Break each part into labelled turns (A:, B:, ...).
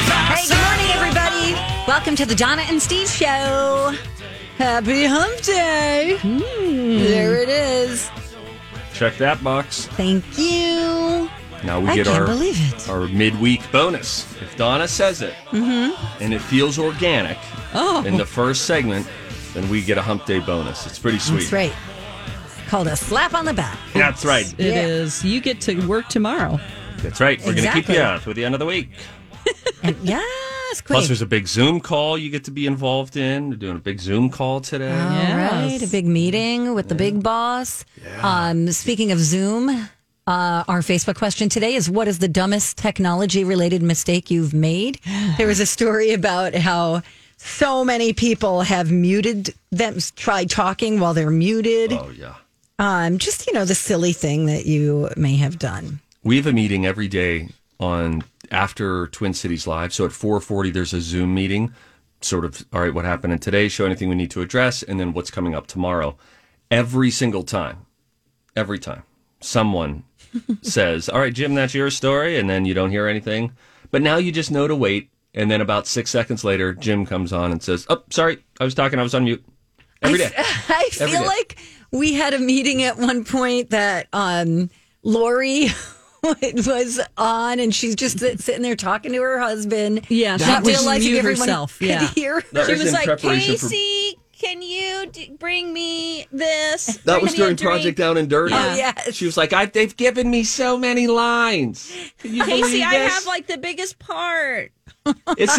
A: Hey, good morning, everybody. Welcome to the Donna and Steve Show. Happy Hump Day. There it is.
B: Check that box.
A: Thank you.
B: Now we
A: I
B: get
A: can't
B: our
A: believe it.
B: our midweek bonus. If Donna says it, and it feels organic
A: Mm-hmm. Oh,
B: in the first segment, then we get a hump day bonus. It's pretty sweet.
A: that's right. Called a slap on the back.
B: That's right.
C: It is.
A: Yeah.
C: You get to work tomorrow.
B: That's right. We're going to keep
A: Exactly.
B: you out through the end of the week.
A: And yes, quick.
B: Plus, there's a big Zoom call you get to be involved in. We're doing a big Zoom call today.
A: All right,
C: Yes.
A: a big meeting with the big boss. Um, speaking of Zoom, uh, our Facebook question today is what is the dumbest technology related mistake you've made? There was a story about how so many people have muted them, tried talking while they're muted.
B: Oh yeah.
A: Um, just, you know, the silly thing that you may have done.
B: We have a meeting every day on after Twin Cities Live. So at 4:40 there's a Zoom meeting sort of all right what happened in today's show anything we need to address and then what's coming up tomorrow. Every single time. Every time someone says, "All right, Jim, that's your story," and then you don't hear anything. But now you just know to wait and then about 6 seconds later Jim comes on and says, "Oh, sorry. I was talking. I was on mute." Every day.
A: I
B: Every
A: feel
B: day.
A: like we had a meeting at one point that um, Lori was on, and she's just sit- sitting there talking to her husband.
C: Yeah, she
A: not
C: was
A: realizing
C: mute
A: everyone
C: herself,
A: could
C: yeah.
A: hear.
B: That
D: She was
B: in
D: like,
B: preparation for-
D: Casey, can you d- bring me this?
B: That
D: Bring
B: was
D: me a
B: during
D: drink."
B: Project Down and Dirty.
A: Oh, yes.
B: She was like, I, they've given me so many lines. Can you believe
D: Casey,
B: this?
D: I have like the biggest part.
B: this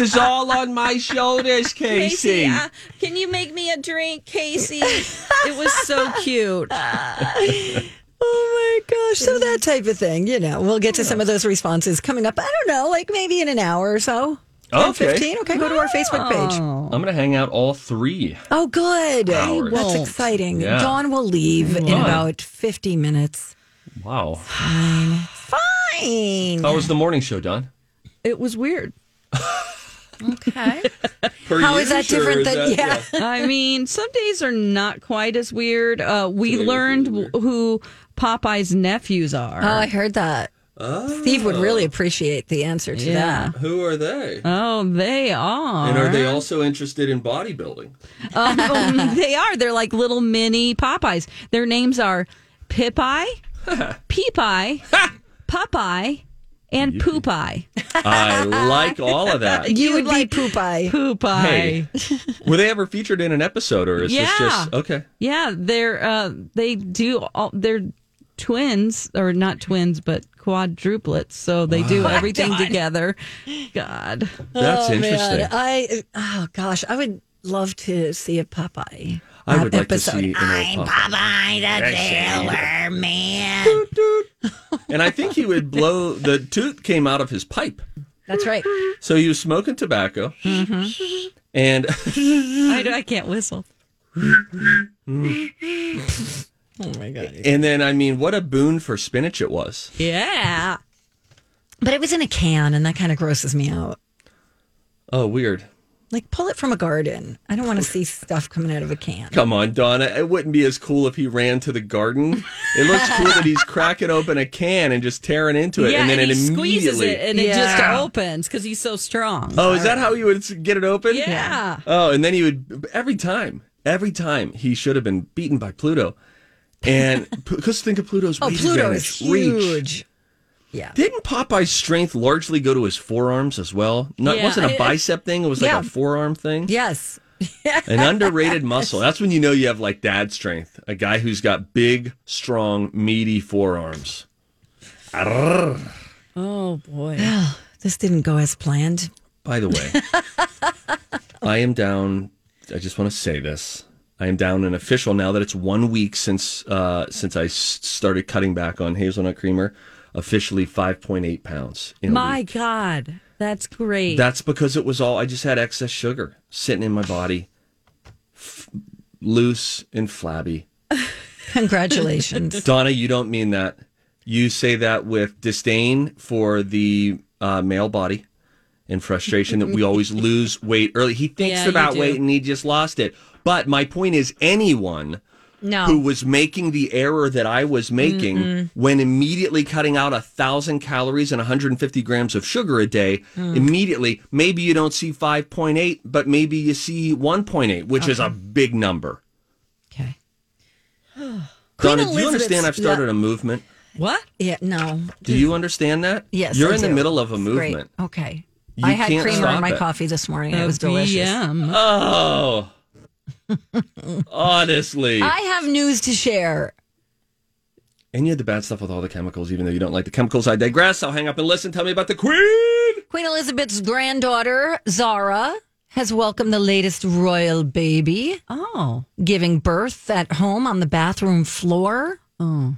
B: is all on my shoulders, Casey.
D: Casey, uh, can you make me a drink, Casey?
C: It was so cute.
A: Oh my gosh! So that type of thing, you know. We'll get to some of those responses coming up. I don't know, like maybe in an hour or so.
B: Okay.
A: fifteen. Okay, go to our Facebook page.
B: I'm going to hang out all three.
A: Oh, good.
B: Hours.
A: That's
C: won't.
A: exciting.
B: Yeah.
A: Dawn will leave in about fifty minutes.
B: Wow.
A: Fine.
B: How was the morning show, Don?
C: It was weird.
D: okay.
A: How is that different than yeah?
C: I mean, some days are not quite as weird. Uh, we
B: Today was
C: learned
B: really weird.
C: w- who Popeye's nephews are.
D: Uh,
A: Oh, I heard that. Steve would really appreciate the answer to
C: yeah.
A: that.
B: Who are they?
C: Oh, they are.
B: and are they also interested in bodybuilding?
C: Um, they are. They're like little mini Popeyes. Their names are Pipeye, Peepeye, Popeye, and Poopeye.
B: I like all of that.
A: You, would be poop eye.
C: Poopeye.
B: Hey, were they ever featured in an episode, or is this
C: Yeah.
B: just okay?
C: Yeah, they're uh, they do all they're twins or not twins but quadruplets, so they do everything together. God,
B: That's
A: Oh,
B: interesting.
A: I oh gosh, I would love to see a Popeye.
B: I would like
A: episode.
B: to see an old Popeye.
D: Sailor man.
B: And I think he would blow the toot came out of his pipe.
A: That's right.
B: So he was smoking tobacco.
C: Mm-hmm.
B: And
C: I, I can't whistle.
B: and then I mean what a boon for spinach it was.
C: Yeah,
A: But it was in a can, and that kind of grosses me out.
B: Oh weird.
A: Like pull it from a garden. I don't want to see stuff coming out of a can.
B: Come on, Donna. It wouldn't be as cool if he ran to the garden. It looks cool that he's cracking open a can and just tearing into it
C: yeah,
B: and then
C: and
B: it
C: he squeezes
B: immediately
C: it and it just opens because he's so strong.
B: Oh, is that how you would s- get it open?
C: Yeah.
B: Oh, and then he would every time, every time he should have been beaten by Pluto. And because think of Pluto's
A: Oh,
B: weight
A: Pluto is
B: advantage, reach.
A: huge. Yeah.
B: Didn't Popeye's strength largely go to his forearms as well? Not, It
C: Yeah.
B: wasn't a
C: It-
B: bicep thing. It was
A: Yeah.
B: like a forearm thing.
A: Yes.
B: An underrated muscle. That's when you know you have like dad strength. A guy who's got big, strong, meaty forearms.
C: Oh boy.
A: This didn't go as planned.
B: By the way, I am down. I just want to say this. I am down an official now that it's one week since uh, since I s- started cutting back on hazelnut creamer. Officially, five point eight pounds. In a
C: My
B: week.
C: God. That's great.
B: That's because it was all I just had excess sugar sitting in my body, f- loose and flabby.
A: Congratulations.
B: Donna, you don't mean that. You say that with disdain for the uh, male body and frustration that we always lose weight early. He thinks
C: Yeah, you
B: about
C: do.
B: weight and he just lost it. But my point is, anyone
A: No.
B: who was making the error that I was making when immediately cutting out a thousand calories and 150 grams of sugar a day,
C: Mm.
B: immediately, maybe you don't see 5.8, but maybe you see 1.8, which is a big number.
C: okay.
B: Donna, do you
A: Elizabeth's-
B: understand I've started a movement?
C: What?
A: yeah, no.
B: Do you understand that?
A: Yes.
B: You're
A: I
B: in the
A: do.
B: middle of a
A: It's
B: movement.
A: Great. Okay.
B: You
A: I had
B: can't
A: creamer
B: stop
A: in my
B: it.
A: coffee this morning. It was delicious.
C: BM.
B: Oh. Honestly.
A: I have news to share.
B: and you had the bad stuff with all the chemicals, even though you don't like the chemicals. I digress. I'll hang up and listen. Tell me about the queen.
A: Queen Elizabeth's granddaughter, Zara, has welcomed the latest royal baby,
C: Oh.
A: giving birth at home on the bathroom floor.
C: Oh.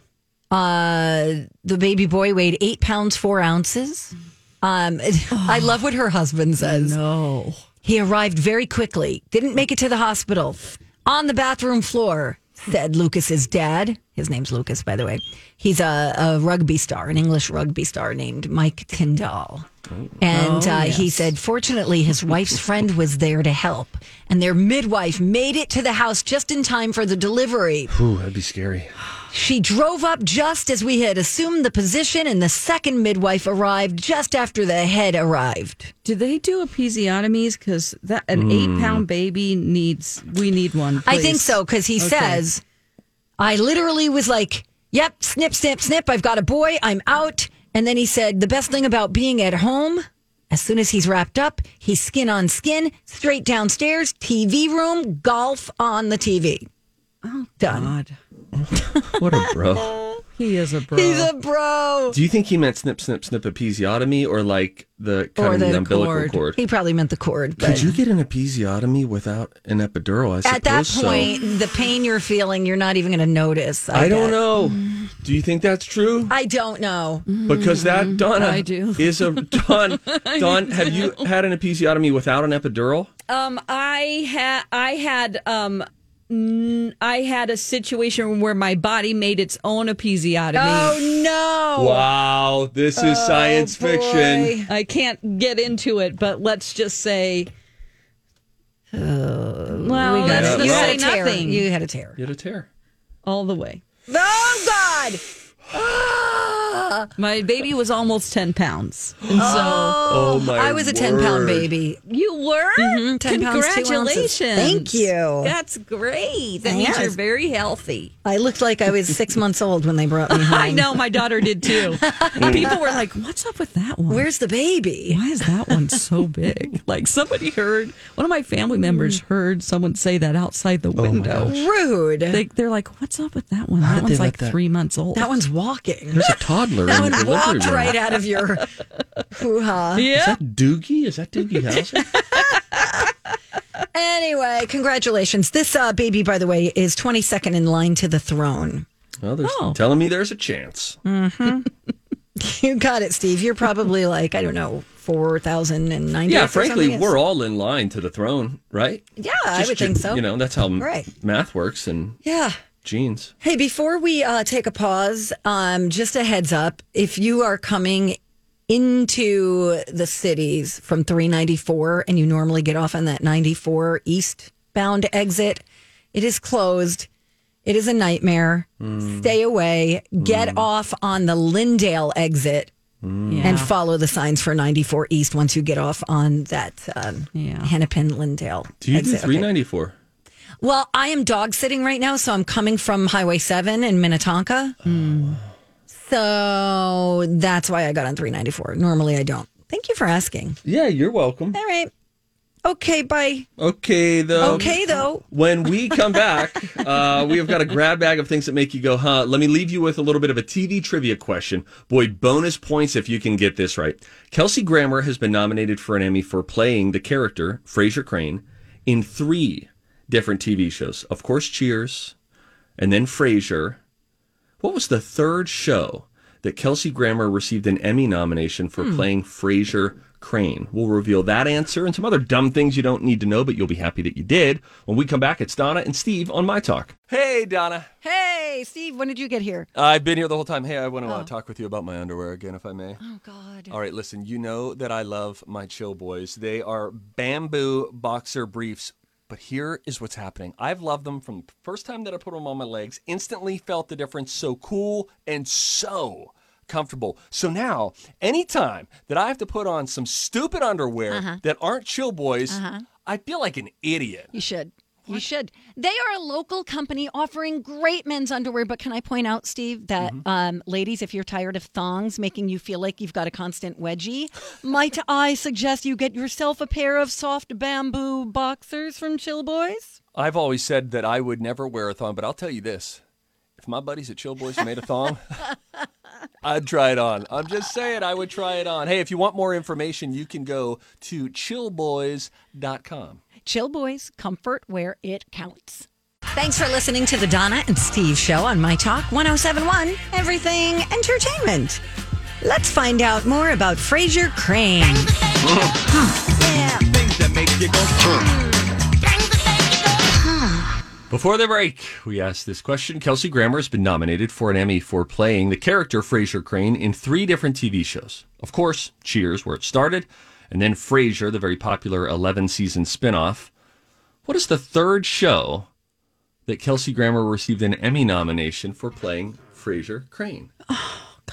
A: Uh, the baby boy weighed eight pounds, four ounces. Um, I love what her husband says.
C: No.
A: He arrived very quickly, didn't make it to the hospital. On the bathroom floor, said Lucas's dad. His name's Lucas, by the way. He's a, a rugby star, an English rugby star named Mike Tyndall. And uh, he said, fortunately, his wife's friend was there to help. And their midwife made it to the house just in time for the delivery.
B: Ooh, that'd be scary.
A: She drove up just as we had assumed the position, and the second midwife arrived just after the head arrived.
C: Do they do episiotomies? Because that an eight-pound baby needs. We need one.
A: I think
C: please.
A: so because he says, I literally was like, yep, snip, snip, snip. I've got a boy. I'm out. And then he said, the best thing about being at home, as soon as he's wrapped up, he's skin on skin, straight downstairs, TV room, golf on the TV. Done.
C: God,
B: What a bro.
C: he is a bro.
A: He's a bro.
B: Do you think he meant snip, snip, snip episiotomy or like the cutting the,
A: the
B: umbilical cord?
C: cord.
A: He probably meant the cord. But.
B: Could you get an episiotomy without an epidural? I suppose
A: At that
B: so.
A: point, the pain you're feeling, you're not even going to notice.
B: I don't
A: bet. Mm.
B: know. Do you think that's true?
A: I don't know.
B: Because
A: Mm-hmm.
B: that Donna
C: I do.
B: is a Don. Don, have you had an episiotomy without an epidural?
D: Um, I had I had um. n- I had a situation where my body made its own episiotomy.
A: Oh, no.
B: Wow, this is
A: Oh,
B: science
C: Oh.
B: fiction.
D: I can't get into it, but let's just say. uh, well,
A: You had
D: let's
B: it.
A: a-
D: just
A: you
D: say
A: had a tear.
D: nothing
A: You had a tear.
B: You had a tear.
D: all the way.
A: Oh, God. Ah.
D: My baby was almost ten pounds. And so
B: Oh, my!
A: I was a 10 pound
B: word.
A: baby.
D: you were
A: 10 pounds, two
D: Mm-hmm. congratulations.
A: ounces. Thank you.
D: That's great. That means
A: Yes.
D: you're very healthy.
A: I looked like I was six months old when they brought me home.
D: I know my daughter did too. People were like, "What's up with that one?
A: Where's the baby?
D: Why is that one so big?" Like somebody heard one of my family members heard someone say that outside the
B: Oh,
D: window.
A: Rude.
D: they, they're like, "What's up with that one? That
B: did
D: one's
B: they let
D: like
B: that-
D: three months old."
A: that one's walking.
B: There's a toddler
A: That
B: in the
A: one
B: delivery
A: walked
B: room.
A: right out of your hoo ha.
B: Is that Doogie? Is that Doogie House?
A: Anyway, congratulations. This uh, baby, by the way, is 22nd in line to the throne.
B: well, there's
A: Oh.
B: telling me there's a chance.
A: Mm. You got it, Steve. You're probably like, I don't know, 4,090.
B: yeah, frankly, we're all in line to the throne, right?
A: Yeah, I would think so.
B: You know, that's how m-
A: Right.
B: math works and
A: Yeah.
B: genes.
A: Hey, before we uh, take a pause, um, just a heads up if you are coming into the cities from 394 and you normally get off on that 94 eastbound exit, it is closed. It is a nightmare.
B: Mm.
A: Stay away. Get off on the Lindale exit
B: Mm.
A: and follow the signs for 94 East once you get off on that um,
C: Yeah.
A: Hennepin Lindale.
B: Do you do
A: exit. Okay.
B: 394?
A: Well, I am dog sitting right now, so I'm coming from Highway 7 in Minnetonka. So that's why I got on 394. Normally I don't. Thank you for asking.
B: Yeah, you're welcome.
A: All right. Okay, bye.
B: Okay, though.
A: okay, though.
B: When we come back, uh, we have got a grab bag of things that make you go, huh? Let me leave you with a little bit of a TV trivia question. Boy, bonus points if you can get this right. Kelsey Grammer has been nominated for an Emmy for playing the character, Fraser Crane, in three different TV shows. Of course, Cheers, and then Frasier. What was the
A: Hmm.
B: third show that Kelsey Grammer received an Emmy nomination for playing Frasier Crane. We'll reveal that answer and some other dumb things you don't need to know, but you'll be happy that you did. When we come back, it's Donna and Steve on My Talk. Hey, Donna.
A: Hey, Steve, when did you get here?
B: I've been here the whole time. Hey, I want to uh, talk with you about my underwear again, if I may.
A: Oh, God.
B: All right, listen, you know that I love my chill boys. They are bamboo boxer briefs. But here is what's happening. I've loved them from the first time that I put them on my legs, instantly felt the difference. So cool and so comfortable. So now, anytime that I have to put on some stupid underwear that aren't chill boys, I feel like an idiot.
E: You should. You should. They are a local company offering great men's underwear. But can I point out, Steve, that um, ladies, if you're tired of thongs making you feel like you've got a constant wedgie, might I suggest you get yourself a pair of soft bamboo boxers from Chill Boys?
B: I've always said that I would never wear a thong, but I'll tell you this. If my buddies at Chill Boys made a thong, I'd try it on. I'm just saying, I would try it on. Hey, if you want more information, you can go to chillboys.com.
E: Chill Boys, comfort where it counts.
A: Thanks for listening to the Donna and Steve show on My Talk 1071, Everything Entertainment. Let's find out more about Fraser Crane.
B: Before the break, we asked this question. Kelsey Grammer has been nominated for an Emmy for playing the character Fraser Crane in three different TV shows. Of course, Cheers, where it started, and then Frasier, the very popular 11 season spinoff. What is the third show that Kelsey Grammer received an Emmy nomination for playing Fraser Crane?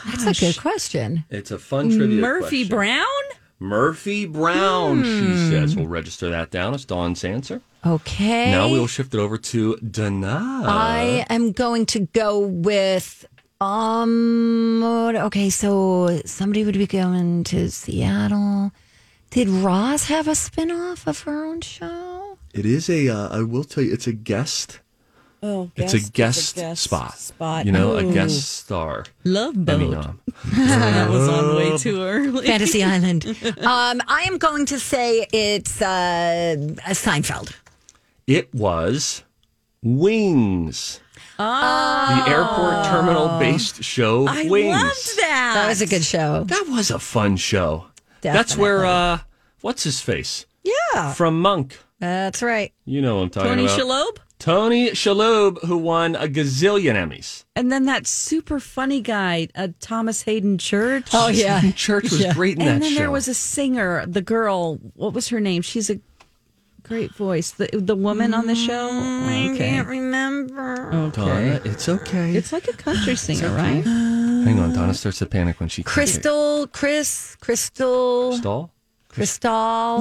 A: That's a good question.
B: It's a fun trivia.
D: Murphy
B: question.
D: Brown? Hmm.
B: Murphy Brown, she says. We'll register that down as Dawn's answer.
A: Okay.
B: Now we'll shift it over to Dana.
A: I am going to go with um okay, so somebody would be going to Seattle. Did Roz have a spin-off of her own show?
B: It is a. Uh, I will tell you, it's a guest.
D: Oh,
B: It's a guest, spot.
D: Spot.
B: You know, a guest star.
D: Love
B: Emmy
D: boat.
B: nom.
D: that was on way too early.
A: Fantasy Island. Um, I am going to say it's uh, Seinfeld.
B: It was Wings. The airport terminal based show
D: Oh. I
B: Wings.
D: loved that.
A: That was a good show.
B: That was a fun show. That's
A: Definitely.
B: where uh what's his face? Yeah. From Monk.
A: That's right.
B: You know what I'm talking
D: Tony
B: about.
D: Shalhoub.
B: Tony Shalhoub, who won a gazillion Emmys.
D: And then that super funny guy, uh, Thomas Hayden Church.
A: Oh yeah.
B: Church was great in that
D: and then
B: show.
D: there was a singer, the girl. What was her name? She's a great voice. The the woman on the show.
B: Mm,
D: Okay.
A: remember.
B: Donna, it's okay.
D: It's like a country singer, right?
B: Hang on, Donna starts to panic when she
A: Crystal, Chris, Crystal,
B: Crystal.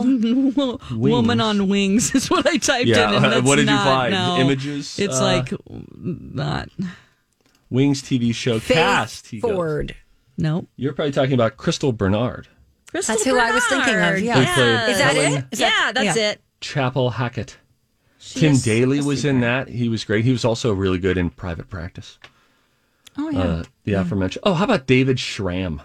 A: Crystal.
D: Woman on wings is what I typed
B: Yeah, uh,
D: in. And that's
B: what did you
D: not,
B: find?
D: no.
B: Images?
D: It's
B: Uh,
D: like not.
B: Wings TV show cast. He
A: Faith
B: goes.
A: Ford.
D: Nope.
B: You're probably talking about Crystal Bernard.
D: Crystal
A: That's who I was thinking of,
D: Bernard.
A: yeah. They
B: played
D: Is that
B: Helen-
D: it? yeah, that's
A: yeah.
D: it.
B: Chapel Hackett. Tim Daly was in that. He was great. He was also really good in private practice. Oh yeah. Uh, the aforementioned. Oh, how about David Schramm?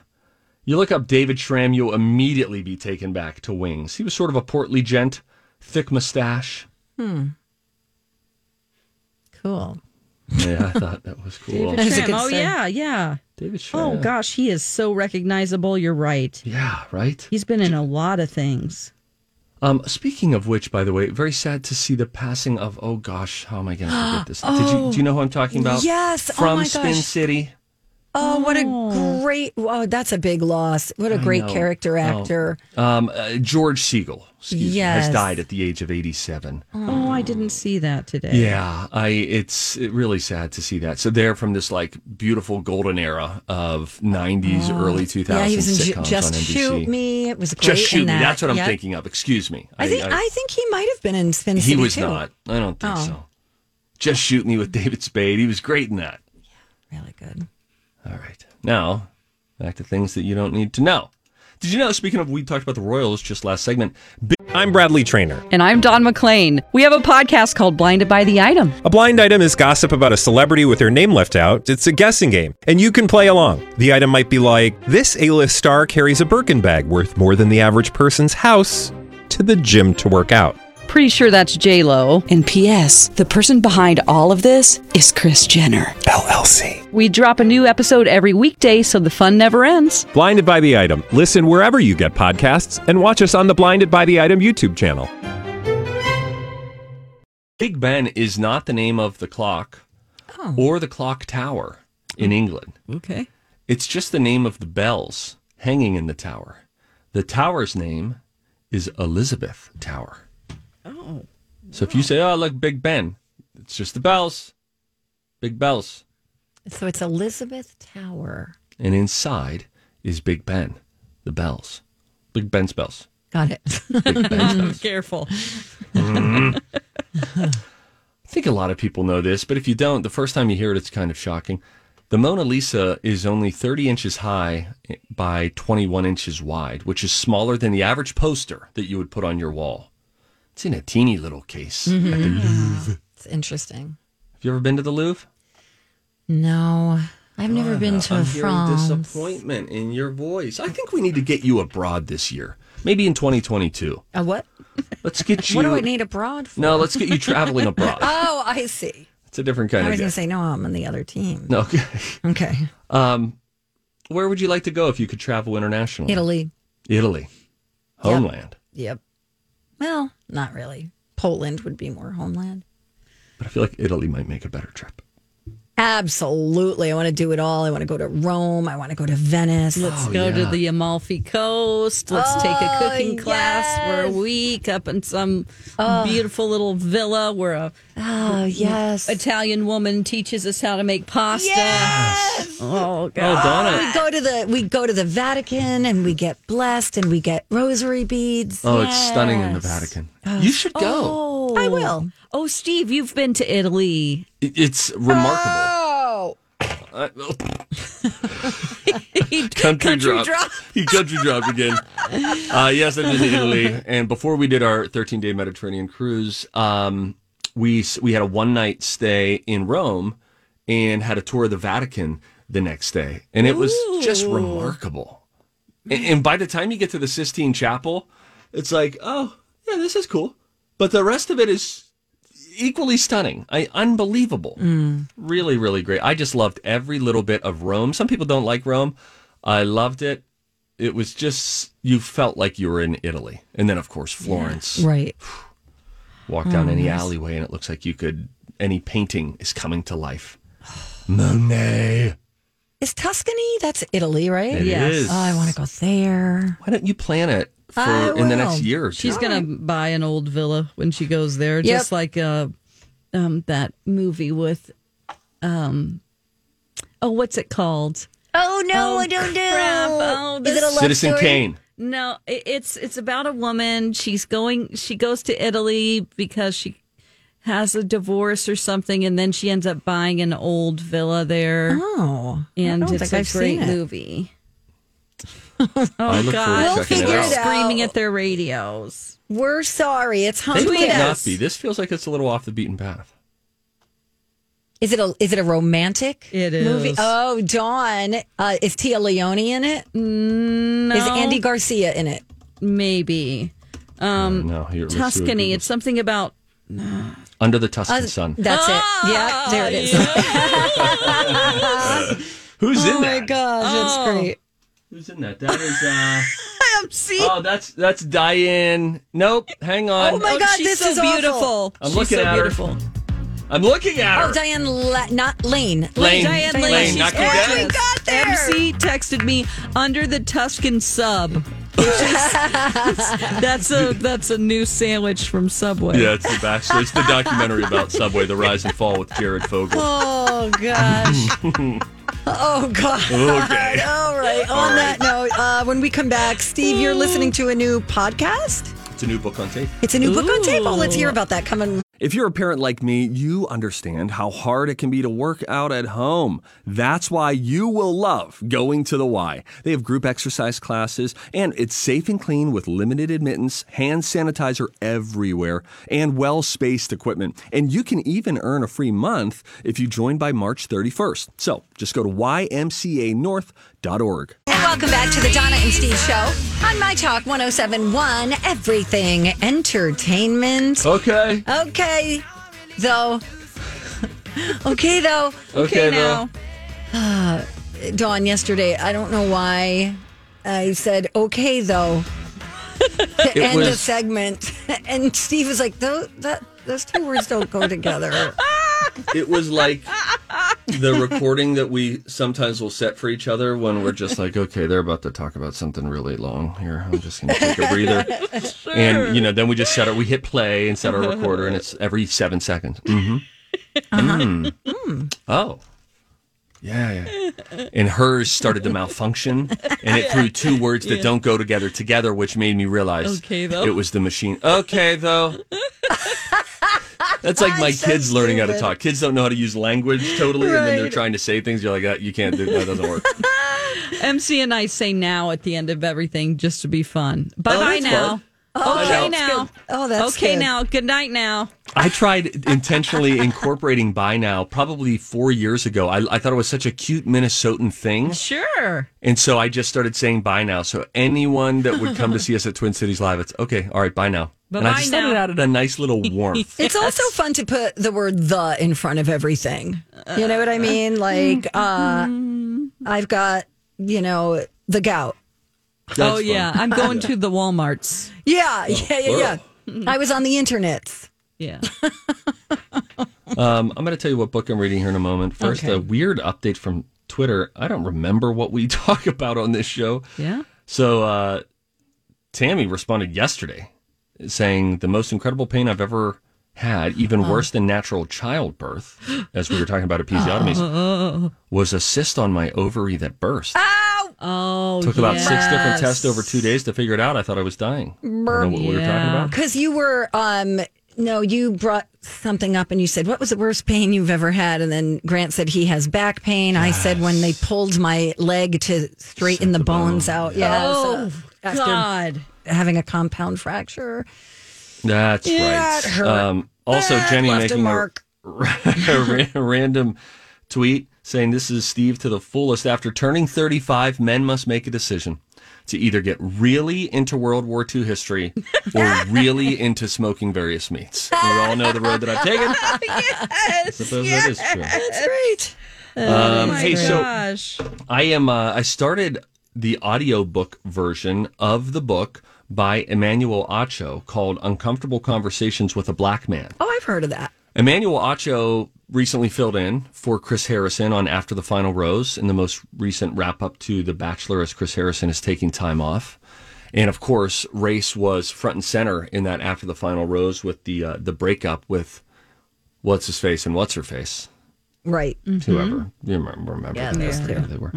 B: You look up David Schramm, you'll immediately be taken back to Wings. He was sort of a portly gent, thick mustache.
A: Cool.
B: Yeah, I thought that was cool. David,
A: That was a
D: Trim.
A: good
D: Oh
A: song.
D: yeah, yeah.
B: Schramm.
D: Oh gosh, he is so recognizable. You're right.
B: Yeah, right.
D: He's been in a lot of things.
B: Um, speaking of which, by the way, very sad to see the passing of. Oh gosh, how am I going to forget this? Did you do you know who I'm talking about?
A: Yes. Oh,
B: from
A: my
B: Spin
A: gosh.
B: City.
A: Oh, what a great! Oh, that's a big loss. What a great
B: know.
A: character
B: Oh.
A: actor.
B: Um, uh, George Siegel, excuse me,
A: Yes.
B: has died at the age of 87.
D: Oh, I didn't see that today.
B: Yeah, I it's really sad to see that. So they're from this like beautiful golden era of 90s, early 2000s
A: Oh. Yeah, he was in
B: sitcoms
A: Ju-
B: on
A: Just
B: NBC.
A: Shoot Me. It was great.
B: Just shoot
A: in
B: me.
A: that.
B: That's what I'm
A: Yep.
B: thinking of. Excuse me.
A: I think I, think he might have been in Spin City.
B: he was
A: too.
B: not. I don't think
A: Oh.
B: so. Just shoot me with David Spade. He was great in that.
A: really good.
B: All right. Now, back to things that you don't need to know. Did you know, speaking of, we talked about the Royals just last segment. Big
F: I'm Bradley Trainer.
C: And I'm Don McClain. We have a podcast called Blinded by the Item.
F: A blind item is gossip about a celebrity with their name left out. It's a guessing game, and you can play along. The item might be like this: A-list star carries a Birkin bag worth more than the average person's house to the gym to work out.
D: pretty sure that's J Lo.
G: And P.S. The person behind all of this is Chris Jenner.
F: LLC.
D: We drop a new episode every weekday, so the fun never ends.
F: Blinded by the Item. Listen wherever you get podcasts and watch us on the Blinded by the Item YouTube channel.
B: Big Ben is not the name of the clock or the clock tower in England.
C: Okay.
B: It's just the name of the bells hanging in the tower. The tower's name is Elizabeth Tower. Oh. So if you say, oh, look, Big Ben, it's just the bells. Big bells.
A: So it's Elizabeth Tower.
B: And inside is Big Ben, the bells. Big Ben's bells.
A: Got it.
B: Big Ben's bells.
D: Careful.
B: I think a lot of people know this, but if you don't, the first time you hear it, it's kind of shocking. The Mona Lisa is only 30 inches high by 21 inches wide, which is smaller than the average poster that you would put on your wall. It's in a teeny little case. at the Louvre.
A: It's interesting.
B: Have you ever been to the Louvre?
A: No, I've never been to
B: I'm hearing
A: France.
B: disappointment in your voice. I think we need to get you abroad this year, maybe in 2022.
A: A Uh, what?
B: Let's get you.
A: What do I need abroad for?
B: No, let's get you traveling abroad.
A: Oh, I see.
B: It's a different kind
A: I
B: of
A: was
B: guy.
A: going to say, no, I'm on the other team.
B: No, okay.
A: Okay.
B: Um, where would you like to go if you could travel internationally?
A: Italy.
B: Italy, homeland.
A: Yep. Well, not really. Poland would be more homeland.
B: But I feel like Italy might make a better trip.
A: Absolutely. I want to do it all. I want to go to Rome. I want to go to Venice.
C: Let's
G: Oh,
C: go to the Amalfi Coast. Let's take a cooking class for a
A: yes.
C: week up in some beautiful little villa where a
A: Oh, yes.
C: Italian woman teaches us how to make pasta. Oh
B: Oh,
C: god.
B: Donna.
A: we go to the we go to the Vatican and we get blessed and we get rosary beads.
B: Oh, it's stunning in the Vatican. You should go.
A: Oh, I will.
C: Oh, Steve, you've been to Italy.
B: It- It's remarkable.
A: Oh,
B: I- country, drop. he country dropped again. Uh, yes, I've been to Italy. And before we did our 13 day Mediterranean cruise, um, we s- we had a one night stay in Rome and had a tour of the Vatican the next day, and it was just remarkable. And, and by the time you get to the Sistine Chapel, it's like, oh yeah, this is cool, but the rest of it is equally stunning. I unbelievable.
A: Mm.
B: Really, really great. I just loved every little bit of Rome. Some people don't like Rome. I loved it. It was just you felt like you were in Italy, and then of course Florence.
A: right. Oh,
B: Walk down any alleyway, and it looks like you could. Any painting is coming to life. Monet.
A: Is Tuscany? That's Italy, right?
B: It
C: Yes.
B: is.
A: Oh, I want to go there.
B: Why don't you plan it for
A: I
B: in
A: will.
B: the next year? Or two?
C: She's gonna buy an old villa when she goes there, just like uh, um, that movie with, um, oh, what's it called?
A: Oh no,
C: Oh,
A: I don't
C: crap.
A: know.
C: Oh,
A: Is it a
C: this-
A: love
B: Citizen
A: story?
B: Kane.
C: No, i- it's it's about a woman. She's going. She goes to Italy because she has a divorce or something, and then she ends up buying an old villa there.
A: Oh,
C: and
A: I don't
C: it's
A: think
C: a
A: I've
C: great
A: seen it.
C: movie. Oh,
B: I look forward
C: God.
B: to checking
A: We'll
B: it
A: figure
C: They're
A: it
B: out.
A: out.
C: screaming at their radios.
A: we're sorry. It's
B: They
A: haunted.
B: might not
A: us.
B: be. This feels like it's a little off the beaten path.
A: Is it a is it a romantic?
C: It
A: Movie?
C: is.
A: Oh, Dawn. Uh, is Tia Leone in it? Is
C: No,
A: Andy Garcia in it?
C: maybe
B: Um, no, here, let's see what
C: Tuscany.
B: Google-
C: It's something about
B: under the
A: Uh,
B: Tuscan sun.
A: That's it. Ah! Yeah, there it is.
B: Who's
A: Oh
B: in that?
D: Oh,
A: gosh, that's great.
B: Who's in that? That is. Uh...
C: see.
B: Oh, that's that's Diane. Nope. Hang on.
A: Oh my God,
C: she's
A: this
C: so
A: is awful.
C: beautiful.
B: I'm
C: she's
B: looking
C: so
B: at her.
C: beautiful.
B: I'm looking at her.
A: Oh, Diane, La- not Lane.
B: Lane.
C: Diane Lane,
B: Lane,
C: she's
B: knock you
C: gorgeous.
B: down.
A: got there.
C: MC texted me under the Tuscan sub. which is- that's a that's a new sandwich from Subway.
B: Yeah, it's the Bachelor. It's the documentary about Subway, the rise and fall with Jared Fogle.
A: Oh gosh. oh god.
B: Okay.
A: All right. On that note, uh, when we come back, Steve, you're listening to a new podcast.
B: It's a new book on tape.
A: It's a new book on tape. Oh, let's hear about that coming.
B: If you're a parent like me, you understand how hard it can be to work out at home. That's why you will love going to the Y. They have group exercise classes, and it's safe and clean with limited admittance, hand sanitizer everywhere, and well spaced equipment. And you can even earn a free month if you join by March 31st. So just go to YMCA North
H: org.
A: And welcome back to the Donna and Steve Show on My Talk 1071 Everything Entertainment.
B: Okay.
A: Okay, though. okay, though.
B: Okay, though.
A: Dawn, yesterday, I don't know why I said, okay, though, to end the
B: was-
A: segment. And Steve is like, those, that, those two words don't go together.
B: It was like the recording that we sometimes will set for each other when we're just like, okay, they're about to talk about something really long here. I'm just going to take a breather. And, you know, then we just set our, we hit play and set our recorder, and it's every seven seconds. Mm-hmm. Mm. Oh. Yeah, yeah. And hers started to malfunction, and it threw two words that don't go together together, which made me realize
D: Okay, though.
B: it was the machine. Okay, though. That's like my kids learning how to talk. Kids don't know how to use language totally, and then they're trying to say things. You're like, uh, you can't do that. Doesn't work.
D: MC and I say now at the end of everything just to be fun. Bye bye
B: that's
D: now.
B: I
D: Okay
B: know.
D: now.
A: Oh, that's
D: okay
A: good.
D: now. Good night now.
B: I tried intentionally incorporating by now probably four years ago. I, I thought it was such a cute Minnesotan thing.
D: Sure.
B: And so I just started saying bye now. So anyone that would come to see us at Twin Cities Live, it's okay, all right, bye now. and I
D: Bye
B: just thought it
D: now.
B: added a nice little warmth.
A: It's also fun to put the word the in front of everything. You know what I mean? Like, uh, I've got, you know, the gout.
B: That's
D: oh
B: fun.
D: yeah, I'm going to the Walmarts.
A: Yeah, yeah, yeah, yeah. I was on the internet.
D: Yeah.
B: Um, I'm going to tell you what book I'm reading here in a moment. First,
D: Okay.
B: a weird update from Twitter. I don't remember what we talk about on this show.
D: Yeah.
B: So uh, Tammy responded yesterday saying, The most incredible pain I've ever had,
A: Uh-huh.
B: even worse than natural childbirth, as we were talking about episiotomies,
A: Uh-huh.
B: was a cyst on my ovary that burst.
D: Oh,
B: Took about six
D: yes.
B: different tests over two days to figure it out. I thought I was dying. I don't know what we were talking
D: Yeah.
B: about.
A: Because you were, um, no, you brought something up and you said, What was the worst pain you've ever had? And then Grant said he has back pain. I said, When they pulled my leg to straighten the, bones out. Yeah.
D: Oh,
A: so after
D: God.
B: Um,
A: having a compound fracture.
B: That's right. Um, also, Jenny
A: left a
B: making a,
A: mark.
B: a ra- random tweet saying, This is Steve to the fullest. After turning 35, men must make a decision to either get really into World War II history or really into smoking various meats. We all know the road that I've taken. yes, suppose that is true.
A: That's great. Oh
B: Um,
D: Oh My
B: hey, so
D: gosh.
B: I am. Uh, I started the audiobook version of the book by Emmanuel Acho called "Uncomfortable Conversations with a Black Man."
A: Oh, I've heard of that.
B: Emmanuel Acho recently filled in for Chris Harrison on After the Final Rose in the most recent wrap up to The Bachelor as Chris Harrison is taking time off. And of course, race was front and center in that After the Final Rose with the uh, the breakup with what's his face and what's her face
A: Right.
B: whoever you remember, remember
A: Yeah,
B: that.
A: they
B: Yeah, they were.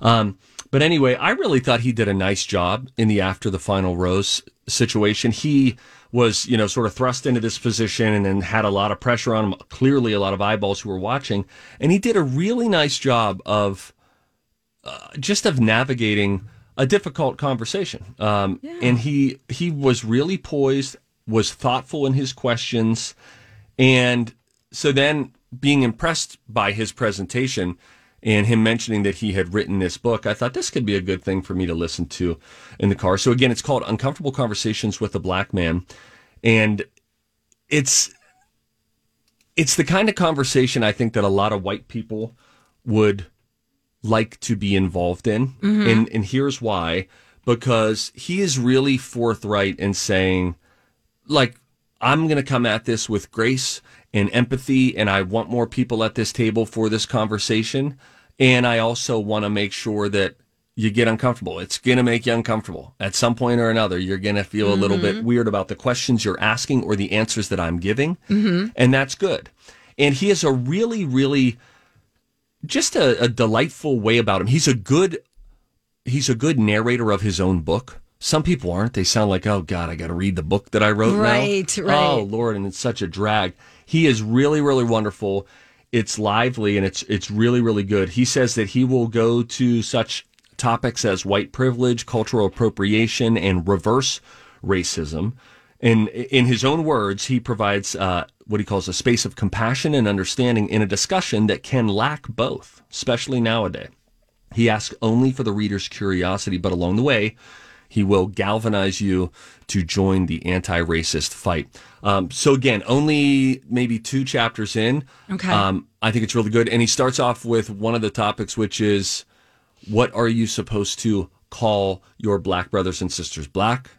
B: Um, but anyway, I really thought he did a nice job in the after the final rose situation. He was, you know, sort of thrust into this position and then had a lot of pressure on him. Clearly, a lot of eyeballs who were watching, and he did a really nice job of uh, just of navigating a difficult conversation. Um, And he he was really poised, was thoughtful in his questions, and so then being impressed by his presentation and him mentioning that he had written this book, I thought this could be a good thing for me to listen to in the car. So again, it's called Uncomfortable Conversations with a Black Man, and it's it's the kind of conversation I think that a lot of white people would like to be involved in. And and here's why. Because he is really forthright in saying, like, I'm gonna come at this with grace and empathy, and I want more people at this table for this conversation. And I also wanna make sure that you get uncomfortable. It's gonna make you uncomfortable. At some point or another, you're gonna feel a little bit weird about the questions you're asking or the answers that I'm giving. And that's good. And he is a really, really just a, a delightful way about him. He's a good he's a good narrator of his own book. Some people aren't. They sound like, oh God, I got to read the book that I wrote. now."
A: Right, right.
B: Oh Lord, and it's such a drag. He is really, really wonderful. It's lively and it's it's really, really good. He says that he will go to such topics as white privilege, cultural appropriation, and reverse racism. In in his own words, he provides uh, what he calls a space of compassion and understanding in a discussion that can lack both, especially nowadays. He asks only for the reader's curiosity, but along the way, he will galvanize you to join the anti racist fight. Um, so, again, only maybe two chapters in.
A: Okay.
B: Um, I think it's really good. And he starts off with one of the topics, which is what are you supposed to call your black brothers and sisters? Black,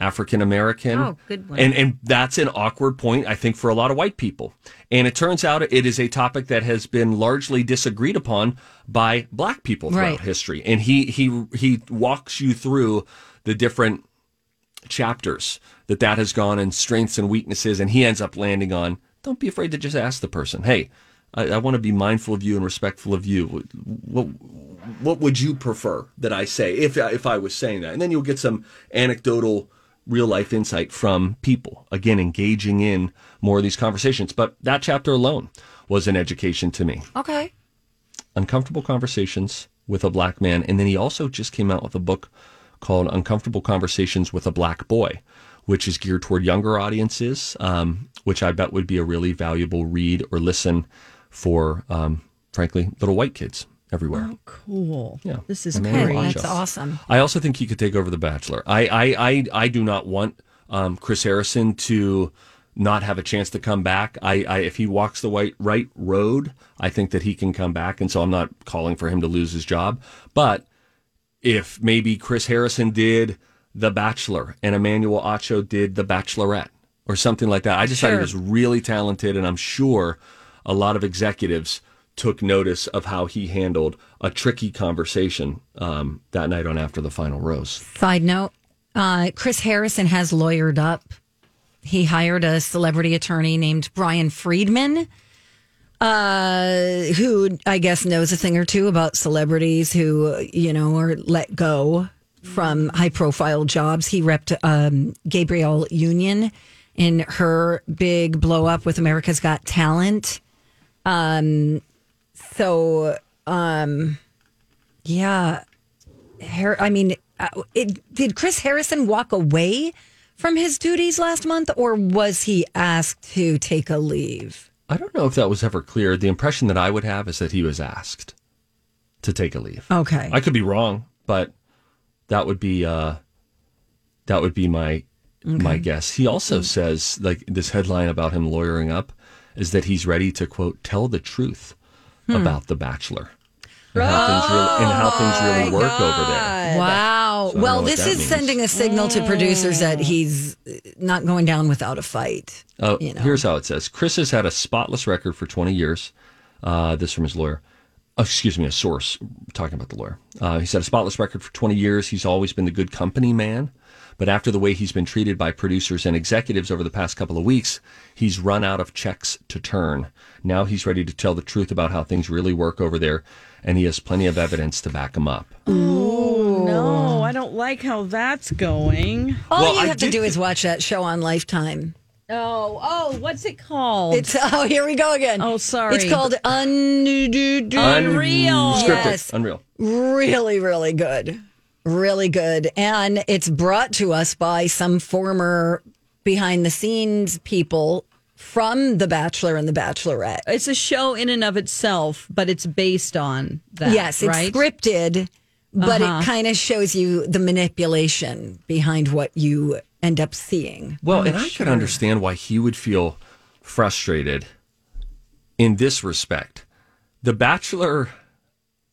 B: African American.
A: Oh, good one.
B: And and that's an awkward point, I think, for a lot of white people. And it turns out it is a topic that has been largely disagreed upon by black people throughout
A: Right.
B: history. And he he he walks you through the different chapters that that has gone and strengths and weaknesses, and he ends up landing on. Don't be afraid to just ask the person. Hey, I, I want to be mindful of you and respectful of you. What what would you prefer that I say if if I was saying that? And then you'll get some anecdotal real life insight from people again engaging in more of these conversations but that chapter alone was an education to me
A: Okay.
B: uncomfortable conversations with a black man and then he also just came out with a book called uncomfortable conversations with a black boy which is geared toward younger audiences um, which i bet would be a really valuable read or listen for um, frankly little white kids everywhere
D: Cool.
B: Yeah.
D: This is
B: I mean,
D: great.
B: watch
A: That's
B: us.
A: awesome.
B: I also think he could take over The Bachelor. I I I, I do not want um, Chris Harrison to not have a chance to come back. I, I if he walks the white right road, I think that he can come back, and so I'm not calling for him to lose his job. But if maybe Chris Harrison did The Bachelor and Emmanuel Acho did The Bachelorette or something like that, I just thought he was really talented, and I'm sure a lot of executives took notice of how he handled a tricky conversation um, that night on After the Final Rose.
A: Side note uh, Chris Harrison has lawyered up. He hired a celebrity attorney named Brian Friedman, uh, who I guess knows a thing or two about celebrities who, you know, are let go from high profile jobs. He repped um, Gabrielle Union in her big blow up with America's Got Talent. Um, so, um, yeah. Har- I mean, uh, it, did Chris Harrison walk away from his duties last month, or was he asked to take a leave?
B: I don't know if that was ever clear. The impression that I would have is that he was asked to take a leave.
A: Okay,
B: I could be wrong, but that would be uh, that would be my my guess. He also says like this headline about him lawyering up is that he's ready to quote tell the truth about the Bachelor and how things really, and how things really work over there.
A: wow.
B: So I
A: well,
B: don't know what
A: this
B: that
A: is
B: means.
A: sending a signal to producers
D: Oh.
A: that he's not going down without a fight.
B: Oh,
A: you know.
B: here's how it says. Chris has had a spotless record for 20 years. Uh, this from his lawyer. Oh, excuse me, a source talking about the lawyer. Uh, he's had a spotless record for 20 years. He's always been the good company man. But after the way he's been treated by producers and executives over the past couple of weeks, he's run out of checks to turn. Now he's ready to tell the truth about how things really work over there, and he has plenty of evidence to back him up.
A: Oh,
D: No, I don't like how that's going.
A: All
B: Well,
A: you
B: I
A: have to
B: did
A: do
B: thi-
A: is watch that show on Lifetime.
D: Oh, oh, what's it called?
A: It's oh, here we go again.
D: Oh, sorry.
A: It's called Un.
D: Unreal.
B: Unscripted.
A: Yes.
B: Unreal.
A: really, really good. Really good. And it's brought to us by some former behind the scenes people from The Bachelor and The Bachelorette.
C: Uh,
D: it's a show in and of itself, but it's based on that.
A: yes, it's
D: right?
A: scripted, but it kind of shows you the manipulation behind what you end up seeing.
B: Well, and I could understand why he would feel frustrated in this respect. The Bachelor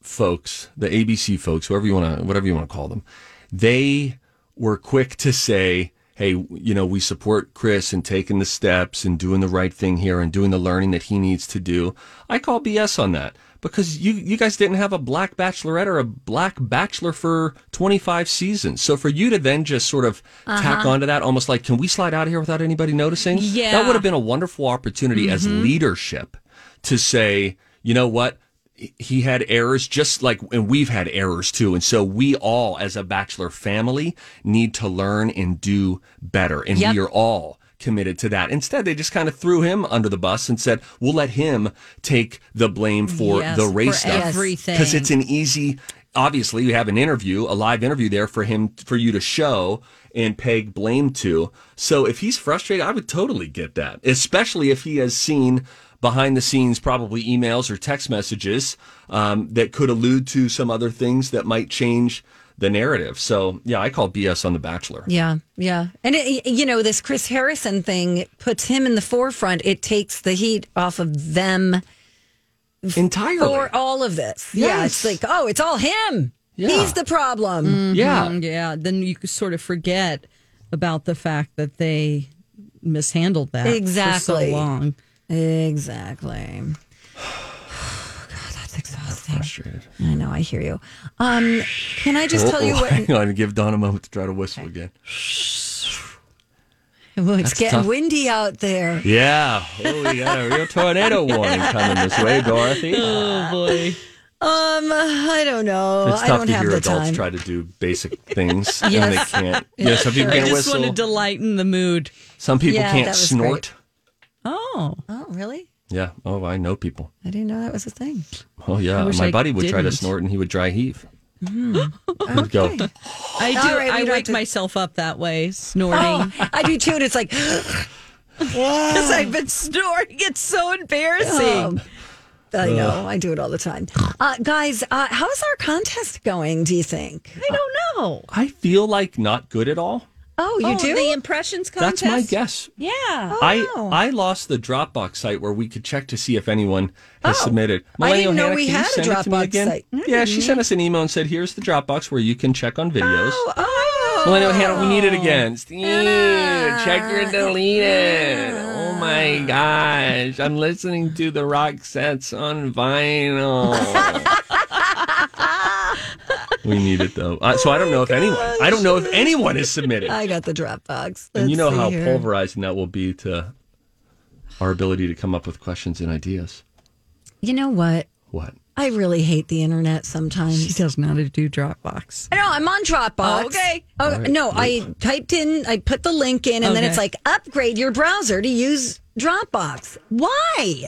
B: folks, the ABC folks, whoever you want to, whatever you want to call them, they were quick to say, "Hey, you know, we support Chris and taking the steps and doing the right thing here and doing the learning that he needs to do." I call BS on that because you you guys didn't have a black bachelorette or a black bachelor for 25 seasons. So for you to then just sort of tack onto that almost like, "Can we slide out of here without anybody noticing?"
D: Yeah.
B: That would have been a wonderful opportunity as leadership to say, "You know what? he had errors just like and we've had errors too and so we all as a bachelor family need to learn and do better and we are all committed to that instead they just kind of threw him under the bus and said we'll let him take the blame for
D: Yes,
B: the race
D: for
B: stuff
D: everything.
B: because it's an easy obviously you have an interview a live interview there for him for you to show and peg blame to. So if he's frustrated, I would totally get that, especially if he has seen behind the scenes, probably emails or text messages um, that could allude to some other things that might change the narrative. So yeah, I call BS on The Bachelor.
A: Yeah, yeah. And, it, you know, this Chris Harrison thing puts him in the forefront. It takes the heat off of them
B: Entirely.
A: for all of this. Yeah, it's like,
B: Yes.
A: oh, it's all him.
B: Yeah.
A: He's the problem.
B: yeah.
D: Um, Yeah, then you sort of forget about the fact that they mishandled that for
A: Exactly.
D: so long.
A: Exactly. God, that's exhausting. I know, I hear you. Um, can I just tell you
B: Oh,
A: what?
B: Hang on, give Don a moment to try to whistle again.
A: Well, it's getting
B: oh. tough.
A: windy out there.
B: Yeah. Oh, we got a real tornado warning coming this way, Dorothy.
A: Uh,
D: Boy.
A: Um, I don't know.
B: It's
A: I
B: tough
A: don't
B: to
A: have
B: hear
A: the
B: adults
A: time.
B: try to do basic things and they can't. Yeah, some people
D: I
B: can't
D: just
B: whistle.
D: wanted to lighten the mood.
B: Some people
A: Yeah, that
B: can't
A: was
B: snort.
D: Oh,
A: Oh, really?
B: Yeah. Oh, I know people.
A: I didn't know that was a thing.
B: Oh, yeah.
D: wish
B: My
D: I
B: buddy would try to
D: didn't.
B: snort and he would dry heave.
A: Mm.
B: He'd go,
D: I do.
A: All right, we
D: I
A: don't have
D: wake
A: to-
D: myself up that way, snorting.
A: Oh, I do too. And it's like,
D: Because I've been snoring. It's so embarrassing.
A: um, I know. I do it all the time. Uh, guys, uh, how's our contest going, do you think?
D: I don't know.
B: I feel like not good at all.
A: Oh, you
D: Oh,
A: do?
D: the impressions contest?
B: That's my guess.
D: Yeah.
B: I I lost the Dropbox site where we could check to see if anyone has
A: Oh.
B: submitted.
A: I didn't know
B: Hannah,
A: we
B: can you
A: had a
B: send it to me
A: Dropbox
B: again?
A: site. Mm-hmm. I
B: Yeah, she sent us an email and said, "Here's the Dropbox where you can check on videos." Oh, Millennial Hannah, we need it
A: Oh.
B: again. Steve, check your deleted. Oh my gosh, I'm listening to the rock sets on vinyl. we need it though. Uh, so I
A: Oh
B: don't know if anyone. I don't know if anyone has submitted.
A: I got the Dropbox.
B: And you
A: Let's
B: know
A: see
B: how
A: here.
B: pulverizing that will be to our ability to come up with questions and ideas.
A: You know what?
B: What?
A: I really hate the internet sometimes.
D: She does not do Dropbox.
A: I know I'm on Dropbox.
D: Oh, okay.
A: Oh, No, I typed in, I put the link in, and then
D: Okay.
A: it's like upgrade your browser to use Dropbox. Why?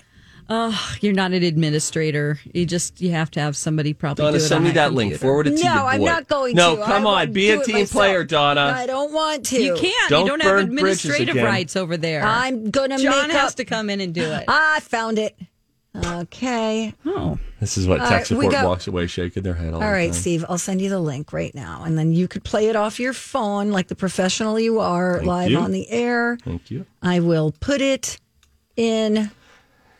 D: Oh, you're not an administrator. You just you have to have somebody probably.
B: Donna,
D: do it
B: send me
D: on my
B: that link.
D: computer.
B: Forward it to
A: no,
B: your boy.
A: I'm not going
B: no,
A: to.
B: No,
A: I
B: come on.
A: won't
B: Be
A: do
B: a
A: it
B: team
A: myself.
B: player, Donna.
A: I don't want to.
D: You can't.
B: Don't
D: you don't
B: burn
D: have
B: bridges
D: administrative
B: again.
D: rights over there.
A: I'm gonna
D: John
A: make
D: has
A: up. Ah,
D: to come in and do it.
A: I found it. Okay.
D: oh,
B: This is what
A: All
B: tech
A: right, we
B: support
A: go.
B: walks away shaking their head all,
A: All
B: the
A: right,
B: time.
A: Steve. I'll send you the link right now, and then you could play it off your phone like the professional you are, live
B: you.
A: on the air.
B: Thank you.
A: I will put it in.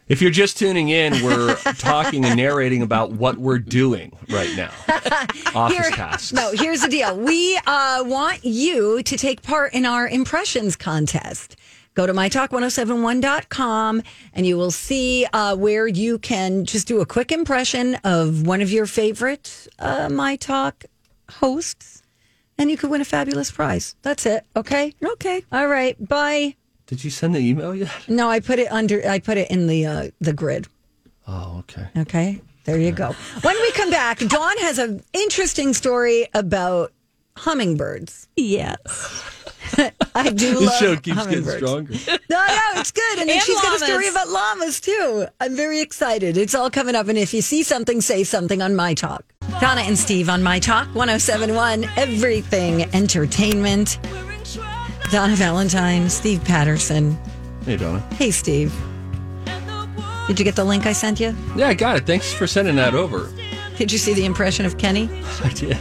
B: If you're just tuning in, we're talking and narrating about what we're doing right now. Office tasks.
A: No, here's the deal. We uh, want you to take part in our impressions contest. Go to mytalk1071.com and you will see uh, where you can just do a quick impression of one of your favorite uh, My Talk hosts and you could win a fabulous prize. That's it. Okay.
D: okay.
A: All right. Bye.
B: Did you send the email yet?
A: No, I put it under, I put it in the uh, the grid.
B: Oh, okay.
A: Okay. There you go. When we come back, Dawn has an interesting story about hummingbirds.
D: Yes.
A: I do
B: This
A: love
B: show keeps getting
A: hummingbirds.
B: stronger.
A: No, no, it's good. And then
D: And
A: she's got a
D: llamas.
A: story about llamas too. I'm very excited. It's all coming up. And if you see something, say something on My Talk. Donna and Steve on My Talk 1071, everything entertainment. Donna Valentine, Steve Patterson.
B: Hey, Donna.
A: Hey, Steve. Did you get the link I sent you?
B: Yeah, I got it. Thanks for sending that over.
A: Did you see the impression of Kenny?
B: I did.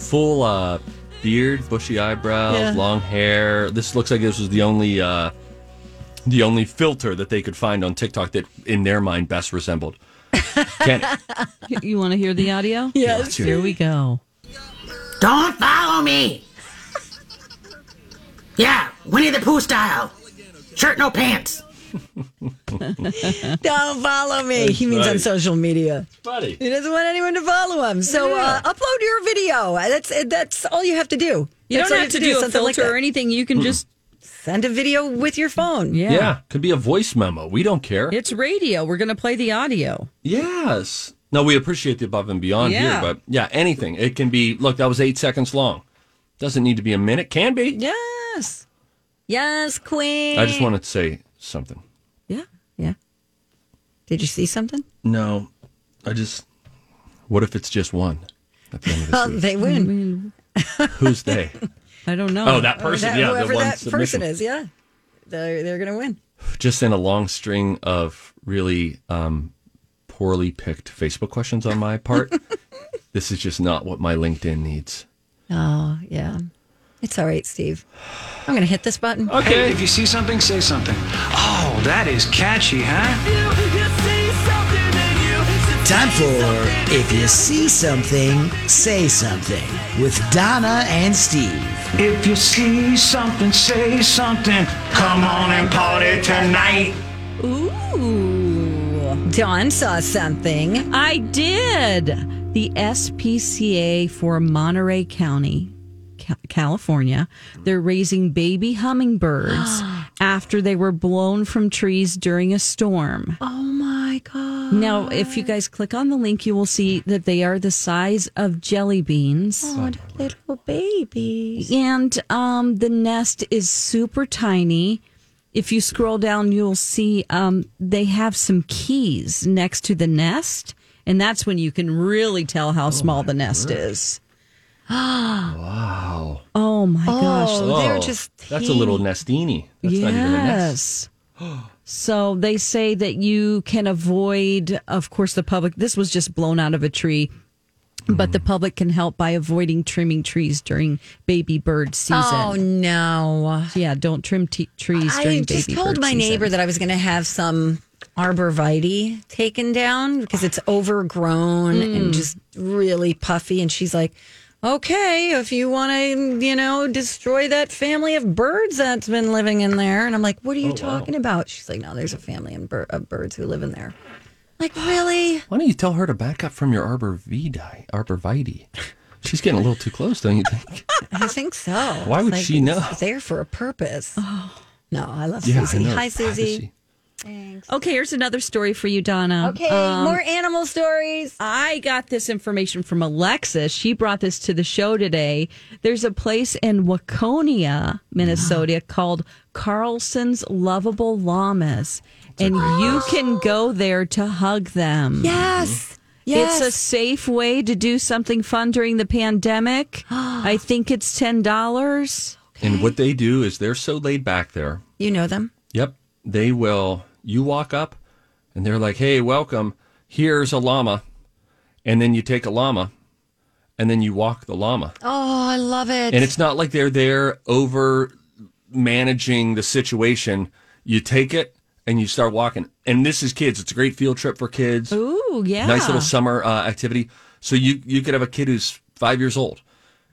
B: Full uh, beard, bushy eyebrows,
A: Yeah.
B: long hair. This looks like this was the only uh, the only filter that they could find on TikTok that, in their mind, best resembled. Kenny.
D: You want to hear the audio?
B: Yes.
D: Here we go.
H: Don't follow me. Yeah, Winnie the Pooh style. Shirt, no pants.
A: Don't follow me. He means on
B: right.
A: social media.
B: Buddy.
A: He doesn't want anyone to follow him. So uh, upload your video. That's that's all you have to do.
D: You
A: That's
D: don't
A: all
D: have to do a
A: something
D: filter
A: like that.
D: or anything. You can just
A: Send a video with your phone.
D: yeah.
B: Yeah, could be a voice memo. We don't care.
D: It's radio. We're gonna play the audio.
B: Yes. No, we appreciate the above and beyond here,
D: Yeah.
B: but yeah, anything. It can be, look, that was eight seconds long. Doesn't need to be a minute. Can be.
D: Yes.
A: Yes, Queen.
B: I just wanted to say something.
D: Yeah.
A: yeah. Did you see something?
B: No, I just, what if it's just one at the end of this
A: Well,
B: week?
A: they win.
B: Who's they?
C: I don't know.
B: Oh, that person.
A: That-
B: yeah,
A: whoever
B: the one
A: that
B: submission.
A: person is, yeah, they're, they're going to win.
B: Just in a long string of really um, poorly picked Facebook questions on my part. this is just not what my LinkedIn needs.
A: Oh, yeah. It's all right, Steve. I'm going to hit this button.
I: Hey, if you see something, say something. Oh, that is catchy, huh?
H: Time for If You See Something, Say Something with Donna and Steve.
I: If you see something, say something. Come on and party tonight.
C: Ooh.
A: Dawn saw something.
C: I did. The SPCA for Monterey County, Ca- California, they're raising baby hummingbirds after they were blown from trees during a storm.
A: Oh my god!
C: Now, if you guys click on the link, you will see that they are the size of jelly beans.
A: Little baby.
C: And um, the nest is super tiny. If you scroll down, you'll see um, they have some keys next to the nest. And that's when you can really tell how small the nest is.
B: Wow.
C: Oh my gosh.
A: Oh, they're
B: Whoa.
A: just
B: That's a little
A: teeny.
B: nestini. That's
C: yes.
B: not even a nest.
C: so they say that you can avoid, of course, the public. This was just blown out of a tree, but the public can help by avoiding trimming trees during baby bird season.
A: Oh no!
C: Yeah, don't trim t- trees during
A: I
C: baby
A: just told
C: bird
A: my
C: season.
A: neighbor that I was going to have some arborvitae taken down because it's overgrown
B: Mm.
A: and just really puffy. And she's like, "Okay, if you want to, you know, destroy that family of birds that's been living in there," and I'm like, "What are you
B: Oh,
A: talking about?" She's like, "No, there's a family in bir- of birds who live in there." Like really?
B: Why don't you tell her to back up from your arborvitae? Arborvitae. She's getting a little too close, don't you think?
A: I think so.
B: Why
A: It's
B: would
A: like
B: she know? Oh.
A: It's there for a purpose. No, I love
B: Yeah, I
A: Susie.
B: know.
A: Hi, Susie.
B: Privacy.
C: Okay, here's another story for you, Donna. Um,
A: Okay,
B: Um,
A: more animal stories.
C: I got this information from Alexis. She brought this to the show today. There's a place in Waconia, Minnesota called Carlson's Lovable Llamas, and you can go there to hug them.
B: Mm-hmm.
A: Yes. Yes.
C: It's a safe way to do something fun during the pandemic. I think it's $10.
B: And what they do is they're so laid back there.
A: You know them.
B: Yep. They will, you walk up and they're like, hey, welcome. Here's a llama. And then you take a llama and then you walk the llama.
A: Oh, I love it.
B: And it's not like they're there over managing the situation. You take it and you start walking. And this is kids. It's a great field trip for kids.
C: Ooh, yeah.
B: nice little summer uh, activity. So you you could have a kid who's five years old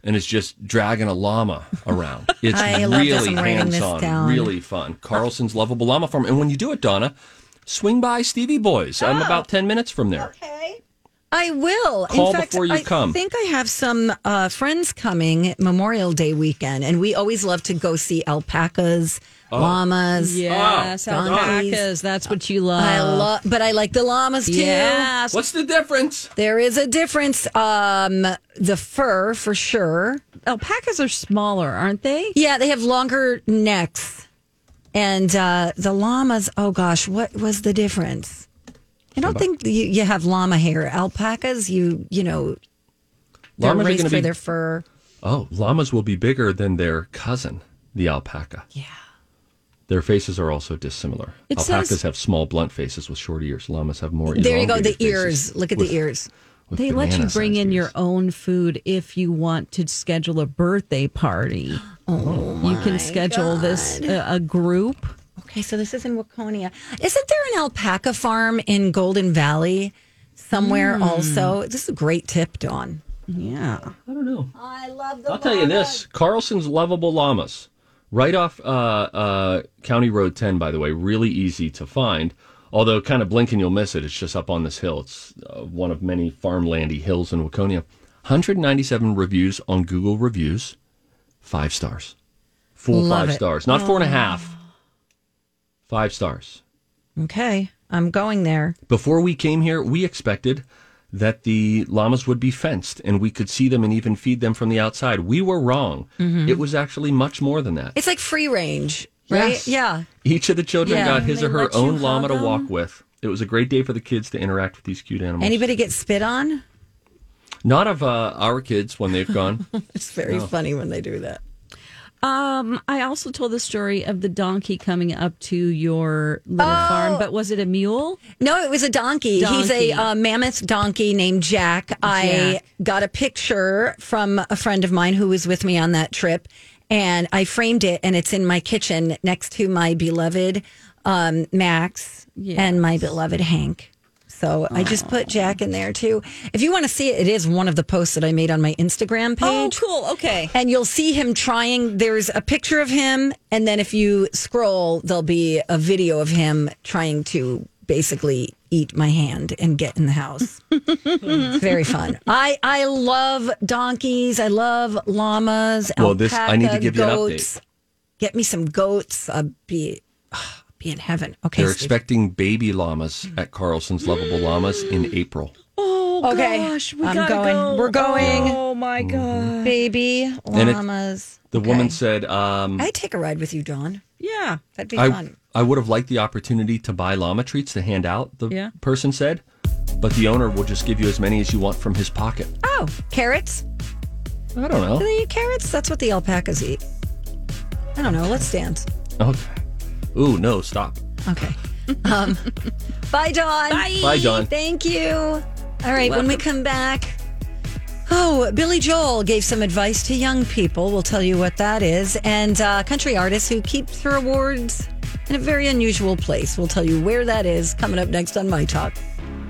B: and is just dragging a llama around. It's
A: I love this.
B: really
A: I'm writing
B: hands
A: this
B: on,
A: down.
B: really fun. Carlson's lovable llama farm, and when you do it, Donna, swing by Stevie Boys. I'm
A: Oh.
B: about ten minutes from there.
A: I will.
B: Call
A: In fact,
B: before you
A: I
B: come.
A: think I have some uh, friends coming Memorial Day weekend, and we always love to go see alpacas,
B: Oh.
A: llamas.
C: Yes,
A: Oh,
C: alpacas. That's what you love.
A: I love, but I like the llamas too.
C: Yes.
B: What's the difference?
A: There is a difference. Um, the fur, for sure.
C: Alpacas are smaller, aren't they?
A: Yeah, they have longer necks. And uh, the llamas, oh gosh, what was the difference? I don't think you, you have llama hair. Alpacas, you you know, they're
B: Llamas are
A: raised
B: gonna
A: for
B: be-
A: their fur.
B: Oh, llamas will be bigger than their cousin, the alpaca. Yeah. Their faces are also dissimilar.
C: It says-
B: Alpacas have small, blunt faces with short ears. Llamas have more.
A: There you go, the
B: elongated faces
A: ears. Look at
B: with-
A: the ears.
B: with
C: They let you
B: banana-sized
C: bring in your
B: ears.
C: own food if you want to schedule a birthday party. Oh, you can schedule this uh, a group.
A: Okay, so this is in Waconia. Isn't there an alpaca farm in Golden Valley
B: Hmm.
A: somewhere also? This is a great tip, Dawn.
C: Yeah.
B: I don't know.
A: I love the
B: I'll tell you this: Carlson's lovable llamas, right off uh, uh, County Road 10. By the way, really easy to find. Although, kind of blink and you'll miss it. It's just up on this hill. It's uh, one of many farmlandy hills in Waconia. 197 reviews on Google reviews, five stars, full
A: Love
B: five
A: it.
B: stars, not four and a half. Five stars.
A: Okay, I'm going there.
B: Before we came here, we expected that the llamas would be fenced and we could see them and even feed them from the outside. We were wrong.
C: Mm-hmm.
B: It was actually much more than that.
A: It's like free range, right?
B: Yes.
A: Yeah.
B: Each of the children
A: Yeah.
B: got his or
C: They
B: her
C: let you
B: own llama
C: hug
B: to walk with. It was a great day for the kids to interact with these cute animals.
A: Anybody get spit on?
B: Not of uh, our kids when they've gone.
A: It's very
B: No.
A: funny when they do that.
C: Um, I also told the story of the donkey coming up to your little
A: Oh.
C: farm, but was it a mule?
A: No, it was a donkey. He's a
C: Donkey.
A: uh, mammoth donkey named Jack. I
C: Jack.
A: got a picture from a friend of mine who was with me on that trip, and I framed it, and it's in my kitchen next to my beloved um, Max and my beloved Hank. So I just put Jack in there too. If you want to see it, it is one of the posts that I made on my Instagram
D: Oh,
A: page.
D: cool. Okay.
A: And you'll see him trying. There's a picture of him, and then if you scroll, there'll be a video of him trying to basically eat my hand and get in the house. It's Very fun. I I love donkeys. I love llamas.
B: Well, this- I need to
A: alpaca,
B: give you an update.
A: goats. Get me some goats. I'll be ah, be in heaven. Okay.
B: They're
A: Steve.
B: expecting baby llamas at Carlson's Lovable Llamas in April.
D: Oh,
A: Okay.
D: gosh. We
A: I'm
D: gotta
A: going.
D: go.
A: We're going. Mm-hmm.
D: Oh, my God.
A: baby
B: And it-
A: llamas.
B: The
A: Okay.
B: woman said, um,
A: I'd take a ride with you, Dawn.
D: Yeah.
A: That'd be
B: I,
A: fun.
B: I would have liked the opportunity to buy llama treats to hand out, the
D: Yeah.
B: person said, but the owner will just give you as many as you want from his pocket.
A: Oh, carrots.
B: I don't
A: Do
B: know.
A: they eat carrots? That's what the alpacas eat. I don't know. Let's dance.
B: Okay. Oh, Ooh, no, stop.
A: Okay. Um, bye, Dawn. Bye.
B: Bye, Dawn.
A: Thank you. All right, when we come back. Oh, Billy Joel gave some advice to young people. We'll tell you what that is. And uh, country artists who keeps her awards in a very unusual place. We'll tell you where that is coming up next on My Talk.